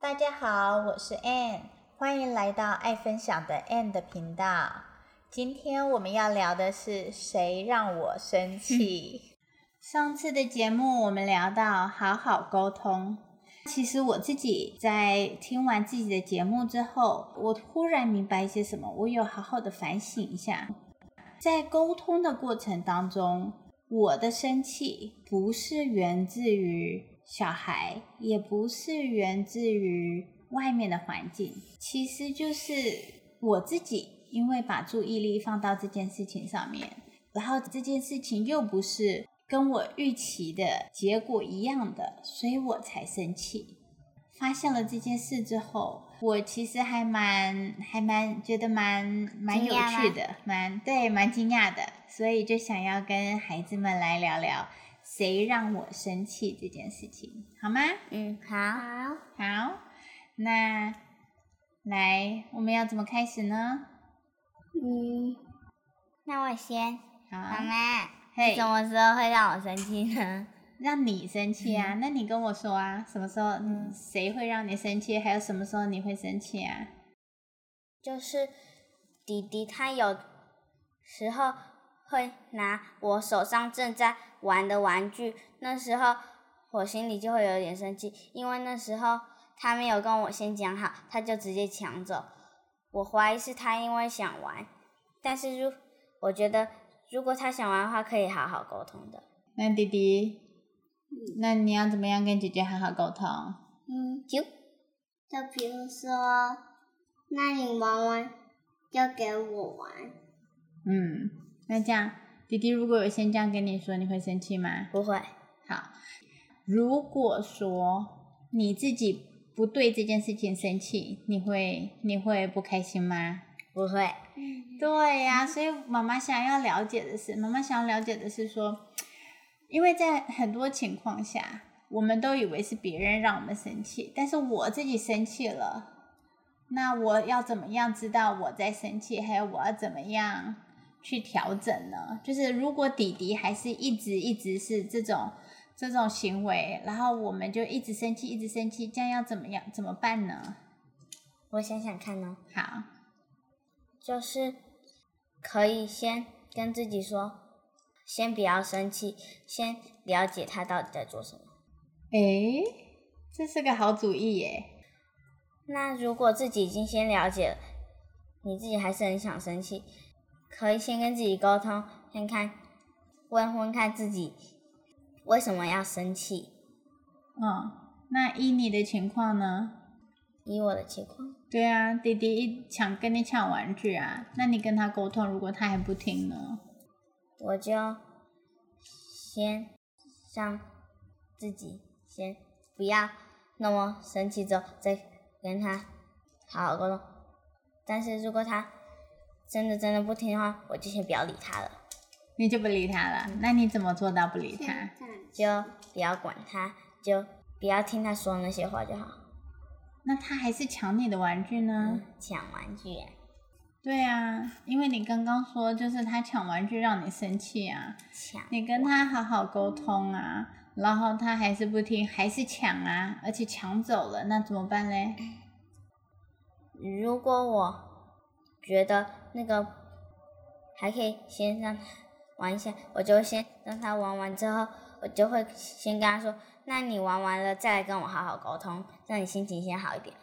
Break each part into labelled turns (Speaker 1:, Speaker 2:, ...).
Speaker 1: 大家好，我是 Ann，欢迎来到爱分享的 Ann 的频道。今天我们要聊的是谁让我生气。上次的节目我们聊到好好沟通，其实我自己在听完自己的节目之后，我忽然明白一些什么，我有好好的反省一下。在沟通的过程当中，我的生气不是源自于小孩，也不是源自于外面的环境，其实就是我自己，因为把注意力放到这件事情上面，然后这件事情又不是跟我预期的结果一样的，所以我才生气。发现了这件事之后，我其实还蛮还蛮觉得蛮蛮有趣的，蛮对蛮惊讶的，所以就想要跟孩子们来聊聊谁让我生气这件事情，好吗？
Speaker 2: 嗯，好，
Speaker 1: 好，那来我们要怎么开始呢？
Speaker 2: 嗯，那我先，妈
Speaker 1: 好，
Speaker 2: 妈，
Speaker 1: 嘿
Speaker 2: 你什么时候会让我生气呢？
Speaker 1: 让你生气啊？那你跟我说啊，什么时候谁会让你生气？还有什么时候你会生气啊？
Speaker 2: 就是弟弟他有时候会拿我手上正在玩的玩具，那时候我心里就会有点生气，因为那时候他没有跟我先讲好，他就直接抢走。我怀疑是他因为想玩，但是如我觉得如果他想玩的话，可以好好沟通的。
Speaker 1: 那弟弟，那你要怎么样跟姐姐好好沟通？
Speaker 3: 嗯，
Speaker 2: 啾
Speaker 3: 就比如说，那你玩完就给我玩，
Speaker 1: 嗯，那这样，弟弟如果有先这样跟你说，你会生气吗？
Speaker 2: 不会，
Speaker 1: 好，如果说你自己不对这件事情生气，你会你会不开心吗？
Speaker 2: 不会。
Speaker 1: 对呀、所以妈妈想要了解的是，妈妈想要了解的是说，因为在很多情况下，我们都以为是别人让我们生气，但是我自己生气了，那我要怎么样知道我在生气，还有我要怎么样去调整呢？就是如果弟弟还是一直一直是这种这种行为，然后我们就一直生气，一直生气，这样要怎么样怎么办呢？
Speaker 2: 我想想看呢，
Speaker 1: 好，
Speaker 2: 就是可以先跟自己说，先不要生气，先了解他到底在做什么。
Speaker 1: 诶，这是个好主意耶。
Speaker 2: 那如果自己已经先了解了，你自己还是很想生气，可以先跟自己沟通，看看问问看自己为什么要生气。
Speaker 1: 嗯，那依你的情况呢？
Speaker 2: 以我的情况，
Speaker 1: 对啊，弟弟一抢跟你抢玩具啊，那你跟他沟通，如果他还不听呢？
Speaker 2: 我就先让自己先不要那么生气，之后再跟他好好沟通。但是如果他真的真的不听的话，我就先不要理他了，
Speaker 1: 你就不理他了？那你怎么做到不理
Speaker 3: 现
Speaker 1: 他
Speaker 3: 在？
Speaker 2: 就不要管他，就不要听他说那些话就好。
Speaker 1: 那他还是抢你的玩具呢？
Speaker 2: 嗯，抢玩具耶，
Speaker 1: 对啊，因为你刚刚说就是他抢玩具让你生气啊，
Speaker 2: 抢
Speaker 1: 你跟他好好沟通啊，然后他还是不听，还是抢啊，而且抢走了，那怎么办嘞？
Speaker 2: 如果我觉得那个还可以先让他玩一下，我就会先让他玩完之后，我就会先跟他说：“那你玩完了再来跟我好好沟通，让你心情先好一点，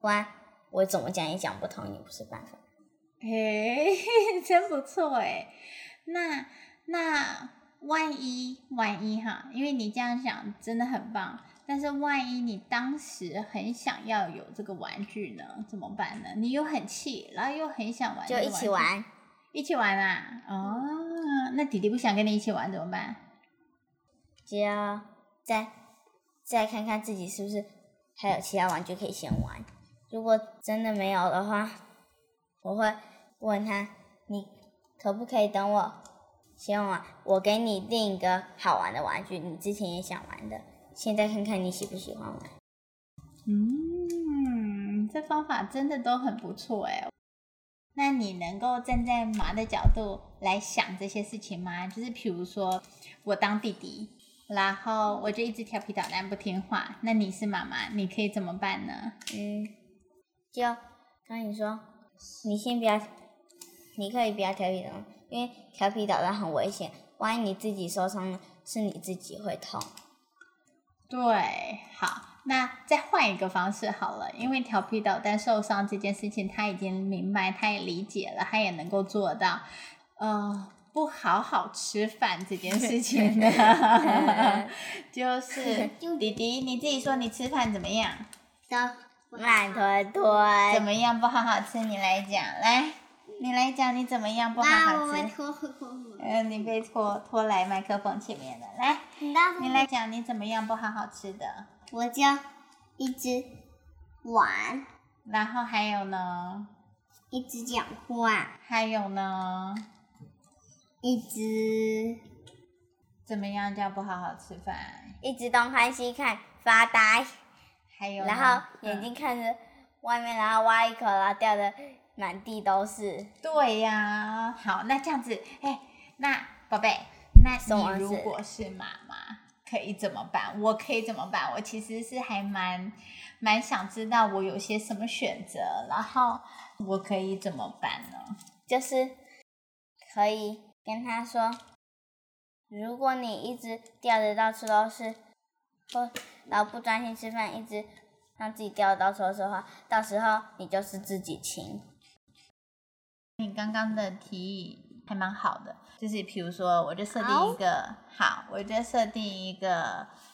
Speaker 2: 不然我怎么讲也讲不通，也不是办法。
Speaker 1: 诶，真不错诶。那那万一万一哈，因为你这样想真的很棒，但是万一你当时很想要有这个玩具呢，怎么办呢？你又很气，然后又很想玩，
Speaker 2: 就一起，玩，
Speaker 1: 一起玩啊！哦，那弟弟不想跟你一起玩怎么办？
Speaker 2: 就哦再再看看自己是不是还有其他玩具可以先玩。如果真的没有的话，我会问他：“你可不可以等我先玩？我给你另一个好玩的玩具，你之前也想玩的，现在看看你喜不喜欢玩。
Speaker 1: 嗯，这方法真的都很不错哎。那你能够站在妈的角度来想这些事情吗？就是比如说，我当弟弟，然后我就一直调皮捣蛋不听话。那你是妈妈，你可以怎么办呢？
Speaker 2: 嗯，就跟你说，你先不要，你可以不要调皮捣蛋，因为调皮捣蛋很危险，万一你自己受伤了，是你自己会痛。
Speaker 1: 对，好，那再换一个方式好了，因为调皮捣蛋受伤这件事情，他已经明白，他也理解了，他也能够做到。呃，不好好吃饭这件事情呢，就是弟弟，你自己说你吃饭怎么样？
Speaker 3: 的
Speaker 2: 慢吞吞，
Speaker 1: 怎么样不好好吃？你来讲，来，你来讲，你怎么样不好
Speaker 3: 妈，
Speaker 1: 好
Speaker 3: 我们
Speaker 1: 吃？
Speaker 3: 脱裤
Speaker 1: 嗯、你被拖拖来麦克风前面了，来，
Speaker 3: 你大
Speaker 1: 你来讲，你怎么样不好好吃的？
Speaker 3: 我就一只碗，
Speaker 1: 然后还有呢？
Speaker 3: 一只讲话，
Speaker 1: 还有呢？
Speaker 3: 一只
Speaker 1: 怎么样叫不好好吃饭？
Speaker 2: 一直东看西看，发呆，
Speaker 1: 还有呢，
Speaker 2: 然后
Speaker 1: 嗯
Speaker 2: 眼睛看着外面，然后挖一口，然后掉的满地都是。
Speaker 1: 对呀、好，那这样子，哎，那宝贝，那
Speaker 2: 什么
Speaker 1: 你如
Speaker 2: 事
Speaker 1: 果是妈妈，可以怎么办？我可以怎么办？我其实是还蛮蛮想知道我有些什么选择，然后我可以怎么办呢？
Speaker 2: 就是可以跟他说，如果你一直掉的到处都是，或然后不专心吃饭，一直让自己掉得到处都是的话，到时候你就是自己亲。
Speaker 1: 你刚刚的提议还蛮好的，就是比如说，我就设定一个好我就设定一个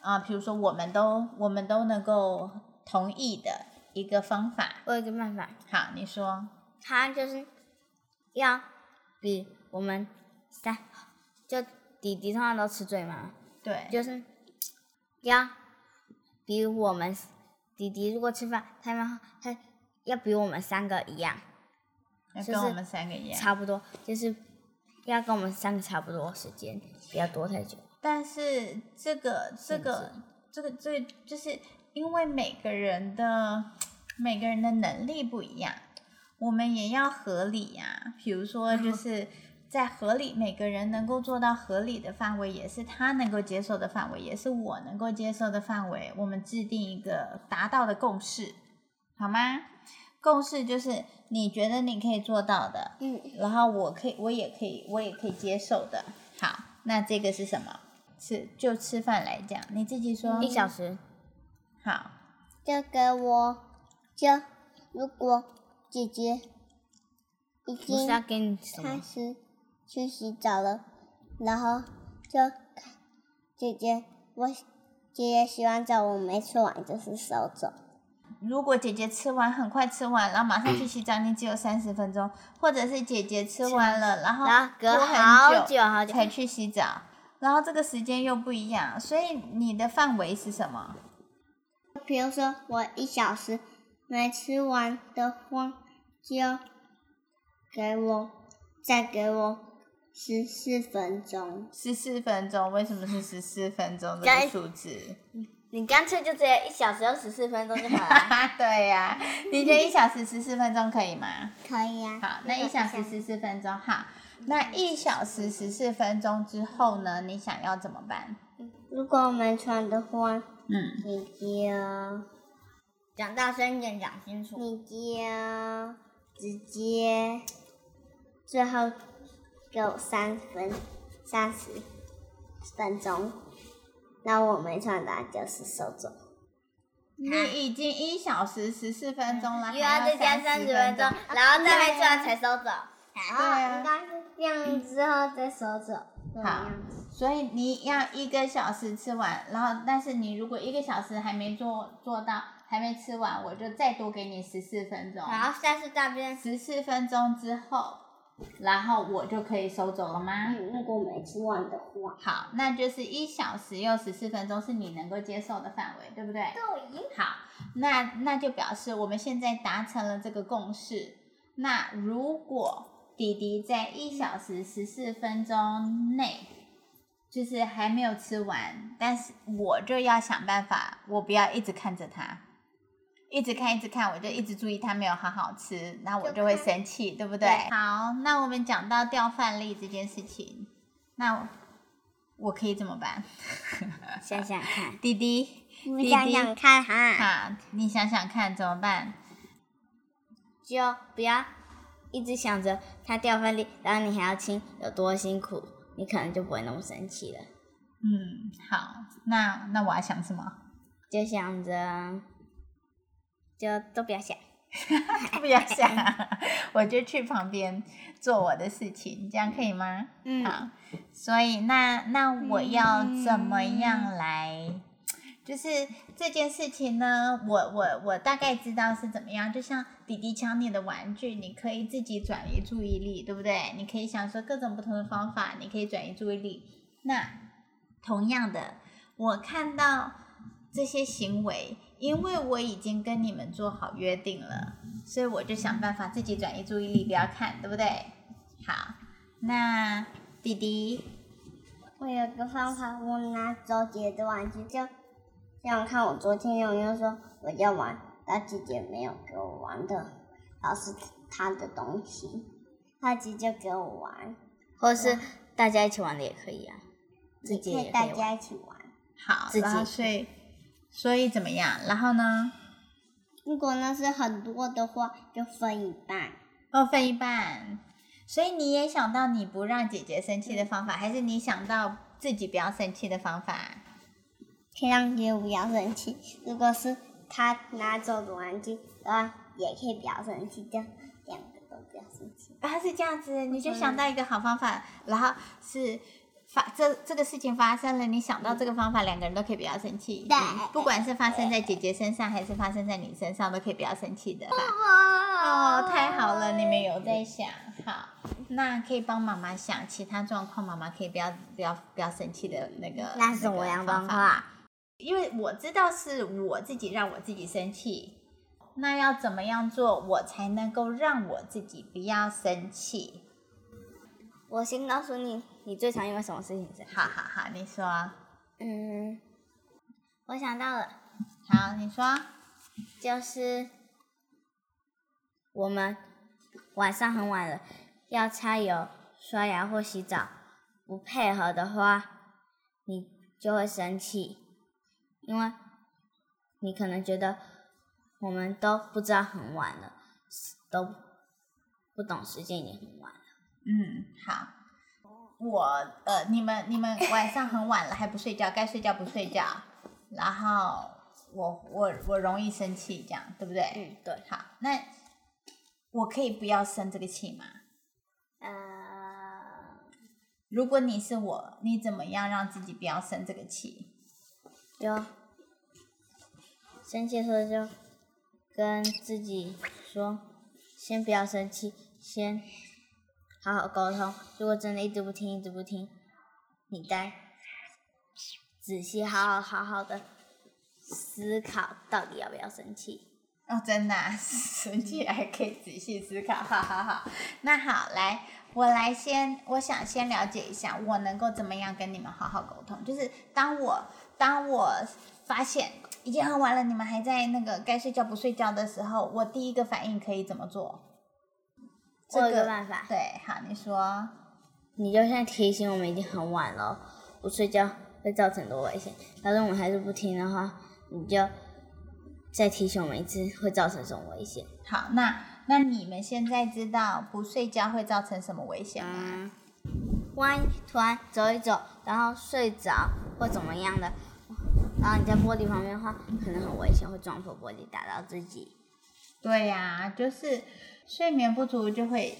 Speaker 1: 啊、呃比如说我们都我们都能够同意的一个方法。
Speaker 2: 我有一个办法，
Speaker 1: 好，你说。
Speaker 2: 他就是要比我们三，就弟弟通常都吃最慢，
Speaker 1: 对，
Speaker 2: 就是要比我们弟弟如果吃饭太慢，他要比我们三个一样。
Speaker 1: 要
Speaker 2: 就
Speaker 1: 跟我
Speaker 2: 是
Speaker 1: 们三个一样。
Speaker 2: 差不多，就是要跟我们三个差不多时间，不要多太久。
Speaker 1: 但是这个这
Speaker 2: 限
Speaker 1: 个这个这个就是因为每个人的每个人的能力不一样，我们也要合理呀、比如说，就是在合理，每个人能够做到合理的范围，也是他能够接受的范围，也是我能够接受的范围，我们制定一个达到的共识，好吗？共识就是你觉得你可以做到的，
Speaker 3: 嗯，
Speaker 1: 然后我可以，我也可以，我也可以接受的。好，那这个是什么？吃就吃饭来讲，你自己说。
Speaker 2: 一小时，
Speaker 1: 好，
Speaker 3: 就给我就如果姐姐已
Speaker 2: 不是
Speaker 3: 经
Speaker 2: 要给你什
Speaker 3: 开
Speaker 2: 么？
Speaker 3: 始去洗澡了，然后就看姐姐我姐姐洗完澡我没吃完就是收走，
Speaker 1: 如果姐姐吃完很快吃完，然后马上去洗澡，你只有三十分钟；或者是姐姐吃完了，然后
Speaker 2: 然后隔
Speaker 1: 拖
Speaker 2: 好
Speaker 1: 啊很
Speaker 2: 久好久
Speaker 1: 才，去洗澡，然后这个时间又不一样，所以你的范围是什么？
Speaker 3: 比如说我一小时没吃完的话，就给我再给我十四分钟。
Speaker 1: 十四分钟？为什么是十四分钟这
Speaker 2: 该
Speaker 1: 个数字？
Speaker 2: 你干脆就直接一小时二十四分钟就好
Speaker 1: 哈
Speaker 2: 了。
Speaker 1: 哈，对呀、你觉得一小时十四分钟可以吗？
Speaker 3: 可以啊。
Speaker 1: 好，那一小时十四分钟，好，
Speaker 2: 嗯
Speaker 1: 那一小时十四分钟之后呢？你想要怎么办？
Speaker 3: 如果我没吃完的话，
Speaker 1: 嗯，
Speaker 3: 你就
Speaker 2: 讲大声一点，讲清楚。
Speaker 3: 你就直接最后给我三分三十分钟，那我没吃完的就是收走。
Speaker 1: 你已经一小时十四分钟了，
Speaker 2: 嗯又要
Speaker 1: 还
Speaker 2: 再加三
Speaker 1: 30
Speaker 2: 十分钟，然后再没吃完才收走。
Speaker 3: 然
Speaker 1: 对啊
Speaker 3: 后应该是这样之后再收走。
Speaker 1: 好，所以你要一个小时吃完，然后但是你如果一个小时还没做做到，还没吃完，我就再多给你十四分钟。
Speaker 2: 然后下次大便
Speaker 1: 十四分钟之后，然后我就可以收走了吗？
Speaker 3: 嗯，如果没吃完的话，
Speaker 1: 好，那就是一小时又十四分钟是你能够接受的范围，对不对？
Speaker 3: 对，
Speaker 1: 好，那那就表示我们现在达成了这个共识。那如果弟弟在一小时十四分钟内，就是还没有吃完，但是我就要想办法，我不要一直看着他，一直看一直看，我就一直注意他没有好好吃，那我就会生气，对不对？
Speaker 2: 对
Speaker 1: 好，那我们讲到掉饭粒这件事情，那我可以怎么办？
Speaker 2: 想想看，
Speaker 1: 弟弟，
Speaker 3: 你想想看哈，
Speaker 1: 啊，你想想看怎么办？
Speaker 2: 就不要一直想着它掉分里，然后你还要清有多辛苦，你可能就不会那么生气了。
Speaker 1: 嗯，好，那那我还想什么？
Speaker 2: 就想着，就都不要想。
Speaker 1: 不要想，我就去旁边做我的事情，这样可以吗？
Speaker 2: 嗯
Speaker 1: 好，所以那那我要怎么样来？就是这件事情呢，我我我大概知道是怎么样。就像弟弟抢你的玩具，你可以自己转移注意力，对不对？你可以想说各种不同的方法，你可以转移注意力。那同样的，我看到这些行为，因为我已经跟你们做好约定了，所以我就想办法自己转移注意力，不要看，对不对？好，那弟弟，
Speaker 3: 我有个方法，我拿周杰的玩具就这样看。我昨天有又说我要玩，但姐姐没有给我玩的，老是她的东西，她姐姐给我玩，
Speaker 2: 或是大家一起玩的也可以啊，自己
Speaker 3: 可
Speaker 2: 也
Speaker 3: 以
Speaker 2: 可
Speaker 3: 大
Speaker 2: 以玩。
Speaker 3: 家一起玩。
Speaker 1: 好，
Speaker 2: 自己
Speaker 1: 然后所以所以怎么样？然后呢？
Speaker 3: 如果那是很多的话，就分一半。
Speaker 1: 哦，分一半。所以你也想到你不让姐姐生气的方法，还是你想到自己不要生气的方法？
Speaker 3: 可以让姐姐不要生气。如果是她拿走的玩具的话，也可以不要生气，这样两个都不要生气。
Speaker 1: 啊，是这样子，你就想到一个好方法，然后是发这这个事情发生了，你想到这个方法，两个人都可以不要生气。
Speaker 3: 对
Speaker 1: 嗯不管是发生在姐姐身上，还是发生在你身上，都可以不要生气的吧。
Speaker 2: 啊
Speaker 3: 哦
Speaker 1: 哦，太好了，你们有在想，好，那可以帮妈妈想其他状况，妈妈可以不要不要不要生气的那个。
Speaker 2: 那是
Speaker 1: 个
Speaker 2: 我阳
Speaker 1: 方
Speaker 2: 光
Speaker 1: 法
Speaker 2: 话，
Speaker 1: 因为我知道是我自己让我自己生气，那要怎么样做我才能够让我自己不要生气？
Speaker 2: 我先告诉你，你最常因为什么事情生气
Speaker 1: 好？好好，你说，
Speaker 2: 嗯，我想到了，
Speaker 1: 好，你说，
Speaker 2: 就是我们晚上很晚了，要擦油、刷牙或洗澡，不配合的话，你就会生气，因为你可能觉得我们都不知道很晚了，都不懂时间已经很晚了。
Speaker 1: 嗯，好，我呃，你们你 们晚上很晚了还不睡觉，该睡觉不睡觉，然后我我我容易生气，这样对不对？
Speaker 2: 嗯，对。
Speaker 1: 好，那我可以不要生这个气吗？
Speaker 2: 呃，
Speaker 1: 如果你是我，你怎么样让自己不要生这个气？
Speaker 2: 就生气的时候就跟自己说，先不要生气，先好好沟通。如果真的一直不听，一直不听，你再仔细好好好好的思考，到底要不要生气。
Speaker 1: 哦，真的、啊， 生气还可以仔细思考，好好好。那好，来，我来先，我想先了解一下，我能够怎么样跟你们好好沟通？就是当我当我发现已经很晚了，你们还在那个该睡觉不睡觉的时候，我第一个反应可以怎么做？
Speaker 2: 我有
Speaker 1: 这
Speaker 2: 个
Speaker 1: 个
Speaker 2: 办法，
Speaker 1: 对，好，你说，
Speaker 2: 你就像提醒我们已经很晚了，不睡觉会造成很多危险。但是我们还是不听的话，你就再提醒我们一次，会造成什么危险？
Speaker 1: 好，那那你们现在知道不睡觉会造成什么危险吗？
Speaker 2: 嗯，万一突然走一走，然后睡着或怎么样的，然后你在玻璃旁边的话，可能很危险，会撞破玻璃打到自己。
Speaker 1: 对呀、就是睡眠不足就会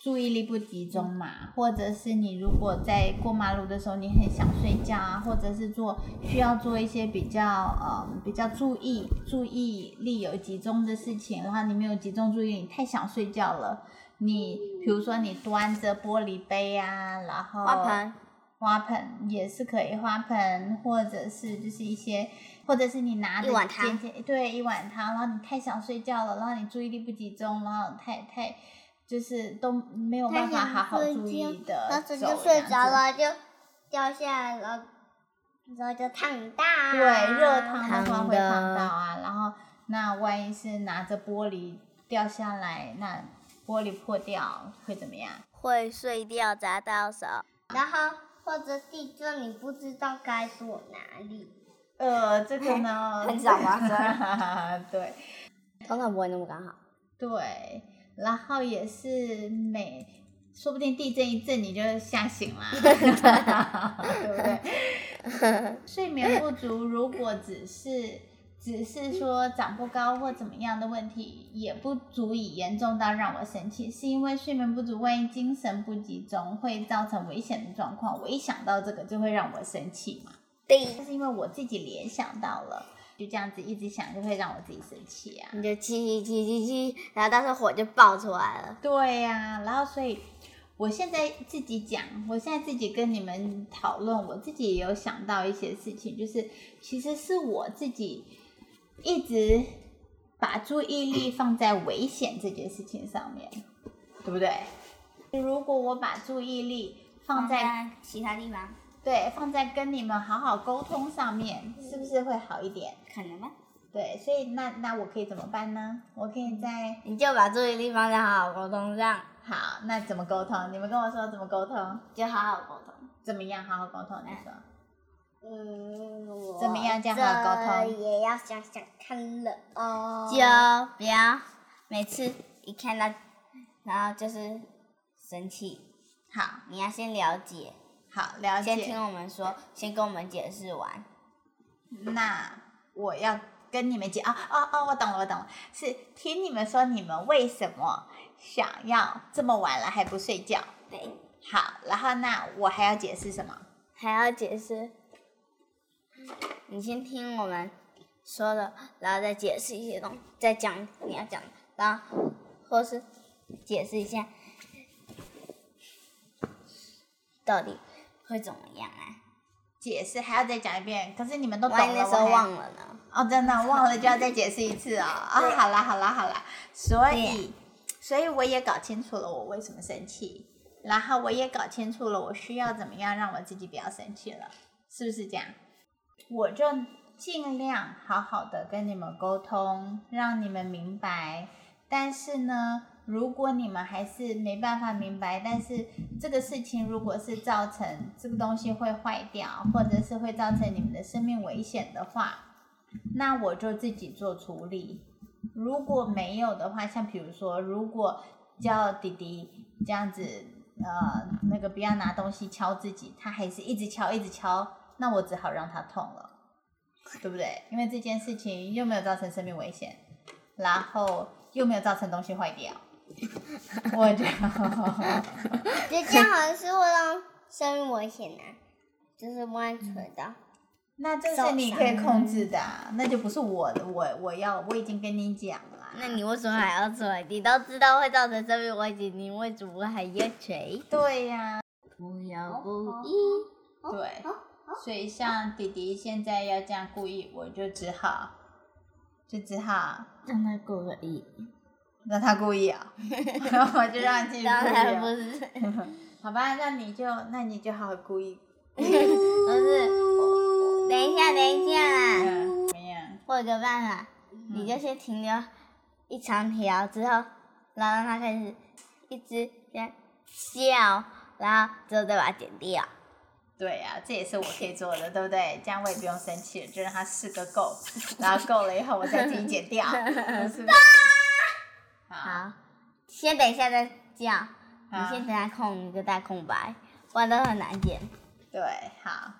Speaker 1: 注意力不集中嘛，或者是你如果在过马路的时候你很想睡觉啊，或者是做需要做一些比较呃比较注意注意力有集中的事情，然后你没有集中注意力，你太想睡觉了。你比如说你端着玻璃杯啊，然后
Speaker 2: 花盆，
Speaker 1: 花盆也是可以，花盆或者是就是一些，或者是你拿着
Speaker 2: 一碗汤
Speaker 1: 尖尖对，一碗汤，然后你太想睡觉了，然后你注意力不集中，然后太太就是都没有办法好好注意的，
Speaker 3: 然后就睡着。了，啊就掉下来了，然后就烫到。
Speaker 1: 对，热汤的话
Speaker 2: 烫
Speaker 1: 会
Speaker 2: 的
Speaker 1: 烫到啊，然后那万一是拿着玻璃掉下来，那玻璃破掉会怎么样？
Speaker 2: 会碎掉砸到手。，
Speaker 3: 然后或者地震，你不知道该躲哪里。
Speaker 1: 呃，这个呢
Speaker 2: 很少发
Speaker 1: 生。 对
Speaker 2: 通常不会那么刚好。
Speaker 1: 对，然后也是每，说不定地震一震你就吓醒啦，对不对？睡眠不足如果只是只是说长不高或怎么样的问题，也不足以严重到让我生气，是因为睡眠不足，万一精神不集中会造成危险的状况，我一想到这个就会让我生气嘛。
Speaker 2: 对，
Speaker 1: 但是因为我自己联想到了，就这样子一直想，就会让我自己生气啊。
Speaker 2: 你就气气气气气，然后到时候火就爆出来了。
Speaker 1: 对呀、然后所以我现在自己讲，我现在自己跟你们讨论，我自己也有想到一些事情，就是其实是我自己一直把注意力放在危险这件事情上面，对不对？如果我把注意力放在
Speaker 2: 其他地方
Speaker 1: 对放在跟你们好好沟通上面，是不是会好一点？
Speaker 2: 可能吗？
Speaker 1: 对，所以那那我可以怎么办呢？我可以在
Speaker 2: 你就把注意力放在好好沟通上，
Speaker 1: 好，那怎么沟通？你们跟我说怎么沟通？
Speaker 2: 就好好沟通。
Speaker 1: 怎么样好好沟通？你说
Speaker 2: 哎
Speaker 3: 嗯，我
Speaker 1: 怎么样这样好沟通
Speaker 3: 这也要想想看了哦。
Speaker 2: 就不要每次一看到，然后就是生气。
Speaker 1: 好，
Speaker 2: 你要先了解，
Speaker 1: 好了
Speaker 2: 先
Speaker 1: 解。
Speaker 2: 听我们说，先跟我们解释完。
Speaker 1: 那我要跟你们讲啊啊啊！我懂了，我懂了，是听你们说你们为什么想要这么晚了还不睡觉？
Speaker 2: 对，
Speaker 1: 好，然后那我还要解释什么？
Speaker 2: 还要解释。你先听我们说的，然后再解释一些东西，再讲你要讲的，然后或是解释一下到底会怎么样啊？
Speaker 1: 解释还要再讲一遍，可是你们都懂
Speaker 2: 万一
Speaker 1: 了，
Speaker 2: 那时候
Speaker 1: 我还
Speaker 2: 忘了呢？
Speaker 1: 哦，真的忘了就要再解释一次哦。啊，好啦好啦好啦，所以所以我也搞清楚了我为什么生气，然后我也搞清楚了我需要怎么样让我自己不要生气了，是不是这样？我就尽量好好的跟你们沟通，让你们明白。但是呢，如果你们还是没办法明白，但是这个事情如果是造成这个东西会坏掉，或者是会造成你们的生命危险的话，那我就自己做处理。如果没有的话，像比如说，如果叫弟弟这样子，呃，那个不要拿东西敲自己，他还是一直敲一直敲，那我只好让他痛了，对不对？因为这件事情又没有造成生命危险，然后又没有造成东西坏掉，我就
Speaker 3: 就这样好像是会让生命危险呢、啊就是不安全的。
Speaker 1: 那这是你可以控制的啊、那就不是我的，我我要我已经跟你讲了啊。
Speaker 2: 那你为什么还要做？你都知道会造成生命危险，你为什么还要锤？
Speaker 1: 对呀、
Speaker 2: 不要故意。哦
Speaker 1: 对，所以像弟弟现在要这样故意，我就只好，就只好
Speaker 2: 让他故意，
Speaker 1: 让他故意 啊，我就让他继续
Speaker 2: 当然不
Speaker 1: 故意、
Speaker 2: 是，
Speaker 1: 啊。好吧，那你就那你就好好故意。
Speaker 2: 不是。我我等一下，等一下啦，
Speaker 1: 嗯，怎么样？
Speaker 2: 我有个办法，你就先停留一长条之后，然后让它开始一直先笑，然后之后再把它剪掉。
Speaker 1: 对呀、这也是我可以做的，对不对？这样我也不用生气，就让他试个 够，然后够了以后我再自己剪掉，是不是？好，
Speaker 2: 好，先等一下再叫，啊你
Speaker 1: 好
Speaker 2: 先等它空一个大空白，不然都很难剪。
Speaker 1: 对，好。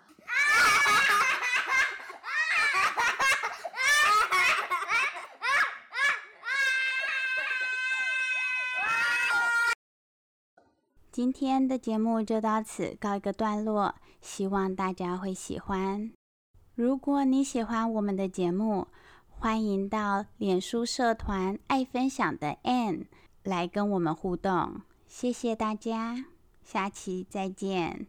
Speaker 4: 今天的节目就到此告一个段落，希望大家会喜欢。如果你喜欢我们的节目，欢迎到脸书社团“爱分享的 Ann” 来跟我们互动。谢谢大家，下期再见。